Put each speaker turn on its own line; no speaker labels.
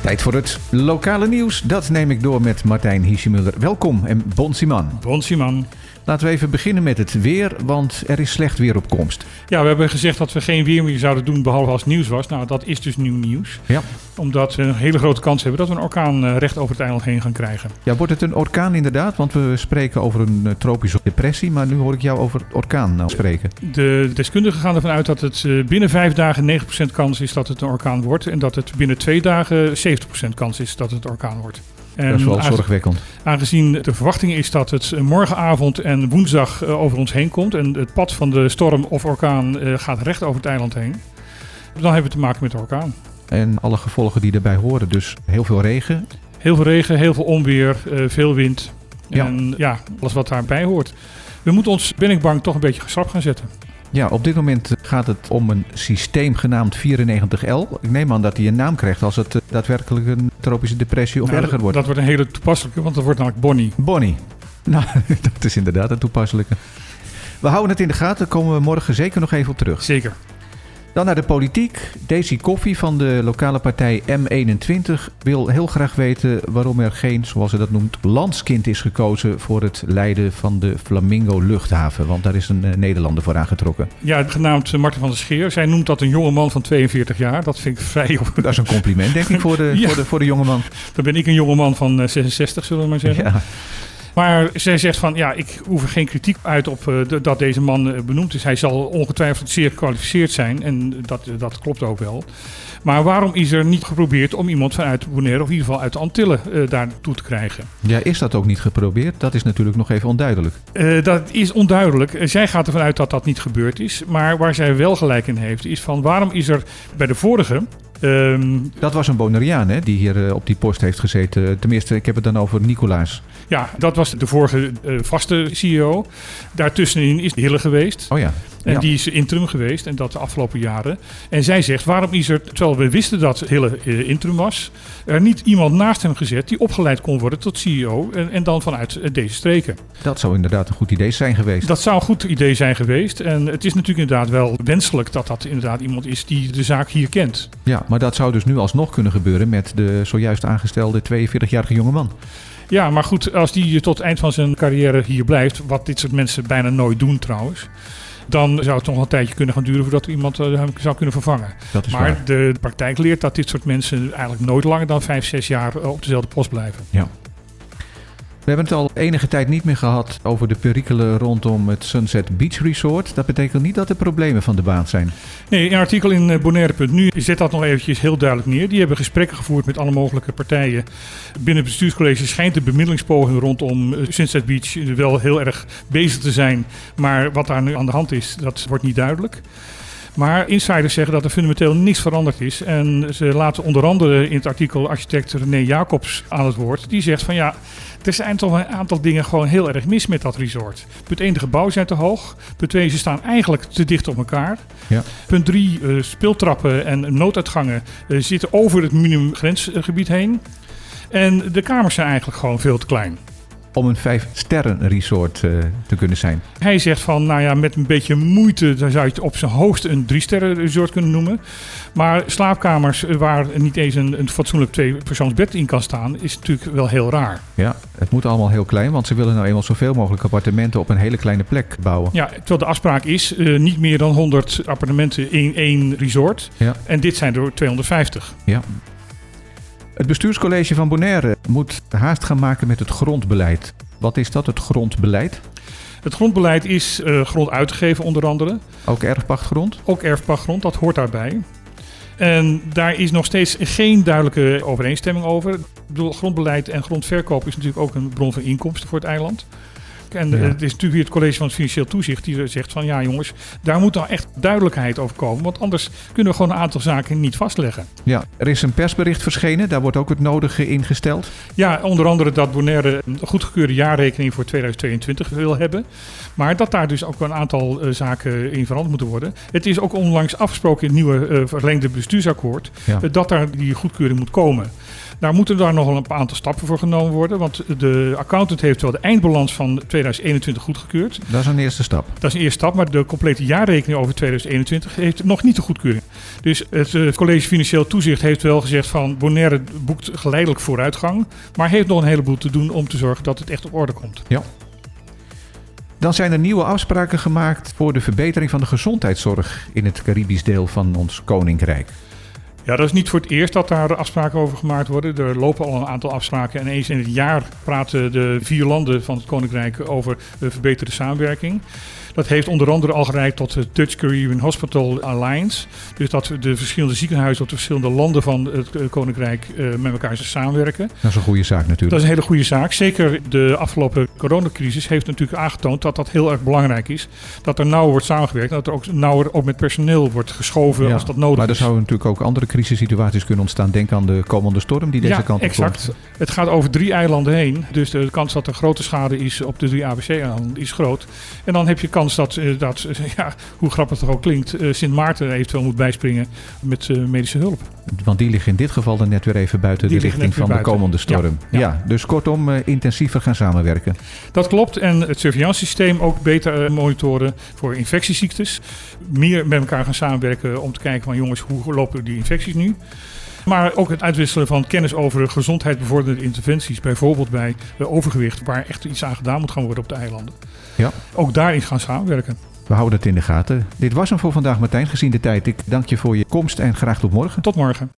Tijd voor het lokale nieuws. Dat neem ik door met Martijn Hiesjemuller. Welkom en bon Siman.
Bon Simon.
Laten we even beginnen met het weer, want er is slecht weer op komst.
Ja, we hebben gezegd dat we geen weer meer zouden doen behalve als het nieuws was. Nou, dat is dus nieuw nieuws.
Ja.
Omdat we een hele grote kans hebben dat we een orkaan eh, recht over het eiland heen gaan krijgen.
Ja, wordt het een orkaan inderdaad? Want we spreken over een eh, tropische depressie, maar nu hoor ik jou over orkaan nou spreken.
De deskundigen gaan ervan uit dat het eh, binnen vijf dagen 9% kans is dat het een orkaan wordt. En dat het binnen twee dagen 70% kans is dat het een orkaan wordt. En
dat is wel
aange-
zorgwekkend.
Aangezien de verwachting is dat het eh, morgenavond en woensdag eh, over ons heen komt en het pad van de storm of orkaan eh, gaat recht over het eiland heen, dan hebben we te maken met de orkaan.
En alle gevolgen die daarbij horen. Dus heel veel regen.
Heel veel regen, heel veel onweer, eh, veel wind
Ja.
en ja, alles wat daarbij hoort. We moeten ons, ben ik bang, toch een beetje geschap gaan zetten.
Ja, op dit moment eh, gaat het om een systeem genaamd 94L. Ik neem aan dat hij een naam krijgt als het eh, daadwerkelijk een tropische depressie of
Nou,
erger wordt.
Dat wordt een hele toepasselijke, want dat wordt namelijk Bonnie.
Bonnie. Nou, dat is inderdaad een toepasselijke. We houden het in de gaten, daar komen we morgen zeker nog even op terug.
Zeker.
Dan naar de politiek. Daisy Koffie van de lokale partij M21 wil heel graag weten waarom er geen, zoals ze dat noemt, landskind is gekozen voor het leiden van de Flamingo luchthaven. Want daar is een eh, Nederlander voor aangetrokken.
Ja, genaamd eh, Marten van der Scheer. Zij noemt dat een jonge man van 42 jaar. Dat vind ik vrij...
Dat is een compliment, denk ik, voor de,
Ja.
voor de, voor de jongeman.
Dan ben ik een jonge man van eh, 66, zullen we maar zeggen.
Ja.
Maar zij zegt van ja, ik hoef er geen kritiek uit op eh, d- dat deze man eh, benoemd is. Hij zal ongetwijfeld zeer gekwalificeerd zijn en dat, eh, dat klopt ook wel. Maar waarom is er niet geprobeerd om iemand vanuit Bonaire of in ieder geval uit de Antillen eh, daartoe te krijgen?
ja, is dat ook niet geprobeerd? Dat is natuurlijk nog even onduidelijk.
Eh, dat is onduidelijk. Eh, Zij gaat ervan uit dat dat niet gebeurd is. Maar waar zij wel gelijk in heeft, is van waarom is er bij de vorige. ehm,
Dat was een Bonaireaan hè, die hier eh, op die post heeft gezeten. Tenminste, ik heb het dan over Nicolaas.
ja, dat was de vorige eh, vaste CEO. Daartussenin is Hille geweest.
Oh ja.
En
Ja.
die is interim geweest en dat de afgelopen jaren. En zij zegt, waarom is er, terwijl we wisten dat Hille eh, interim was, er niet iemand naast hem gezet die opgeleid kon worden tot CEO en, en dan vanuit eh, deze streken.
Dat zou inderdaad een goed idee zijn geweest.
Dat zou een goed idee zijn geweest en het is natuurlijk inderdaad wel wenselijk dat dat inderdaad iemand is die de zaak hier kent.
Ja, maar dat zou dus nu alsnog kunnen gebeuren met de zojuist aangestelde 42-jarige jongeman.
Ja, maar goed, als die tot het eind van zijn carrière hier blijft, wat dit soort mensen bijna nooit doen trouwens, dan zou het nog wel een tijdje kunnen gaan duren voordat iemand eh, hem zou kunnen vervangen.
Dat is waar.
Maar de praktijk leert dat dit soort mensen eigenlijk nooit langer dan 5, 6 jaar eh, op dezelfde post blijven.
We hebben het al enige tijd niet meer gehad over de perikelen rondom het Sunset Beach Resort. Dat betekent niet dat er problemen van de baan zijn.
Nee, een artikel in eh, Bonaire.nu zet dat nog eventjes heel duidelijk neer. Die hebben gesprekken gevoerd met alle mogelijke partijen. Binnen het bestuurscollege schijnt de bemiddelingspoging rondom eh, Sunset Beach eh, wel heel erg bezig te zijn. Maar wat daar nu aan de hand is, dat wordt niet duidelijk. Maar insiders zeggen dat er fundamenteel niks veranderd is. En ze laten onder andere in het artikel architect René Jacobs aan het woord. Die zegt van ja, er zijn toch een aantal dingen gewoon heel erg mis met dat resort. Punt 1, de gebouwen zijn te hoog. Punt 2, ze staan eigenlijk te dicht op elkaar. Punt 3, speeltrappen en nooduitgangen eh, zitten over het minimumgrensgebied heen. En de kamers zijn eigenlijk gewoon veel te klein.
Om een vijf-sterren resort eh, te kunnen zijn.
Hij zegt van, nou ja, met een beetje moeite dan zou je het op zijn hoogst een drie-sterren resort kunnen noemen. Maar slaapkamers eh, waar niet eens een, een fatsoenlijk twee-persoonsbed in kan staan, is natuurlijk wel heel raar.
Ja, het moet allemaal heel klein, want ze willen nou eenmaal zoveel mogelijk appartementen op een hele kleine plek bouwen.
Ja, terwijl de afspraak is eh, niet meer dan 100 appartementen in één resort.
Ja.
En dit zijn er 250.
Het bestuurscollege van Bonaire moet haast gaan maken met het grondbeleid. Wat is dat, het grondbeleid?
Het grondbeleid is eh, grond uitgegeven onder andere.
Ook erfpachtgrond?
Ook erfpachtgrond, dat hoort daarbij. En daar is nog steeds geen duidelijke overeenstemming over. Ik bedoel, grondbeleid en grondverkoop is natuurlijk ook een bron van inkomsten voor het eiland. En eh,
Ja.
het is natuurlijk weer het college van het Financieel Toezicht die zegt van ja jongens, daar moet nou echt duidelijkheid over komen. Want anders kunnen we gewoon een aantal zaken niet vastleggen.
Ja, er is een persbericht verschenen, daar wordt ook het nodige ingesteld.
Ja, onder andere dat Bonaire een goedgekeurde jaarrekening voor 2022 wil hebben. Maar dat daar dus ook wel een aantal eh, zaken in veranderd moeten worden. Het is ook onlangs afgesproken in het nieuwe eh, verlengde bestuursakkoord
Ja.
eh, dat daar die goedkeuring moet komen. Daar moeten daar nog wel een aantal stappen voor genomen worden. Want de accountant heeft wel de eindbalans van 2022-2023 2021 goedgekeurd.
Dat is een eerste stap.
Dat is een eerste stap, maar de complete jaarrekening over 2021 heeft nog niet de goedkeuring. Dus het eh, College Financieel Toezicht heeft wel gezegd van Bonaire boekt geleidelijk vooruitgang, maar heeft nog een heleboel te doen om te zorgen dat het echt op orde komt.
Dan zijn er nieuwe afspraken gemaakt voor de verbetering van de gezondheidszorg in het Caribisch deel van ons koninkrijk.
Ja, dat is niet voor het eerst dat daar afspraken over gemaakt worden. Er lopen al een aantal afspraken. En eens in het jaar praten de vier landen van het Koninkrijk over eh, verbeterde samenwerking. Dat heeft onder andere al gereikt tot de Dutch Caribbean Hospital Alliance. Dus dat de verschillende ziekenhuizen op de verschillende landen van het eh, Koninkrijk eh, met elkaar samenwerken.
Dat is een goede zaak natuurlijk.
Dat is een hele goede zaak. Zeker de afgelopen coronacrisis heeft natuurlijk aangetoond dat dat heel erg belangrijk is. Dat er nauw wordt samengewerkt en dat er ook nauwer ook met personeel wordt geschoven
Ja,
als dat nodig
maar er
is.
zouden natuurlijk ook andere crisissituaties kunnen ontstaan. Denk aan de komende storm die deze
Ja,
kant op
exact.
komt.
Het gaat over drie eilanden heen. Dus de kans dat er grote schade is op de drie ABC-eilanden is groot. En dan heb je kans dat, eh, dat eh, ja, hoe grappig het ook klinkt, eh, Sint Maarten eventueel moet bijspringen met eh, medische hulp.
Want die liggen in dit geval dan net weer even buiten
Die
de
liggen
richting
net
van
weer
de
buiten.
komende storm. Ja,
Ja, ja.
dus kortom, eh, intensiever gaan samenwerken.
Dat klopt. En het surveillancesysteem ook beter eh, monitoren voor infectieziektes. Meer met elkaar gaan samenwerken om te kijken van jongens, hoe lopen die infecties nu? Maar ook het uitwisselen van kennis over gezondheidsbevorderende interventies. Bijvoorbeeld bij eh, overgewicht, waar echt iets aan gedaan moet gaan worden op de eilanden.
Ja.
Ook daarin gaan samenwerken.
We houden het in de gaten. Dit was hem voor vandaag, Martijn, gezien de tijd. Ik dank je voor je komst en graag tot morgen.
Tot morgen.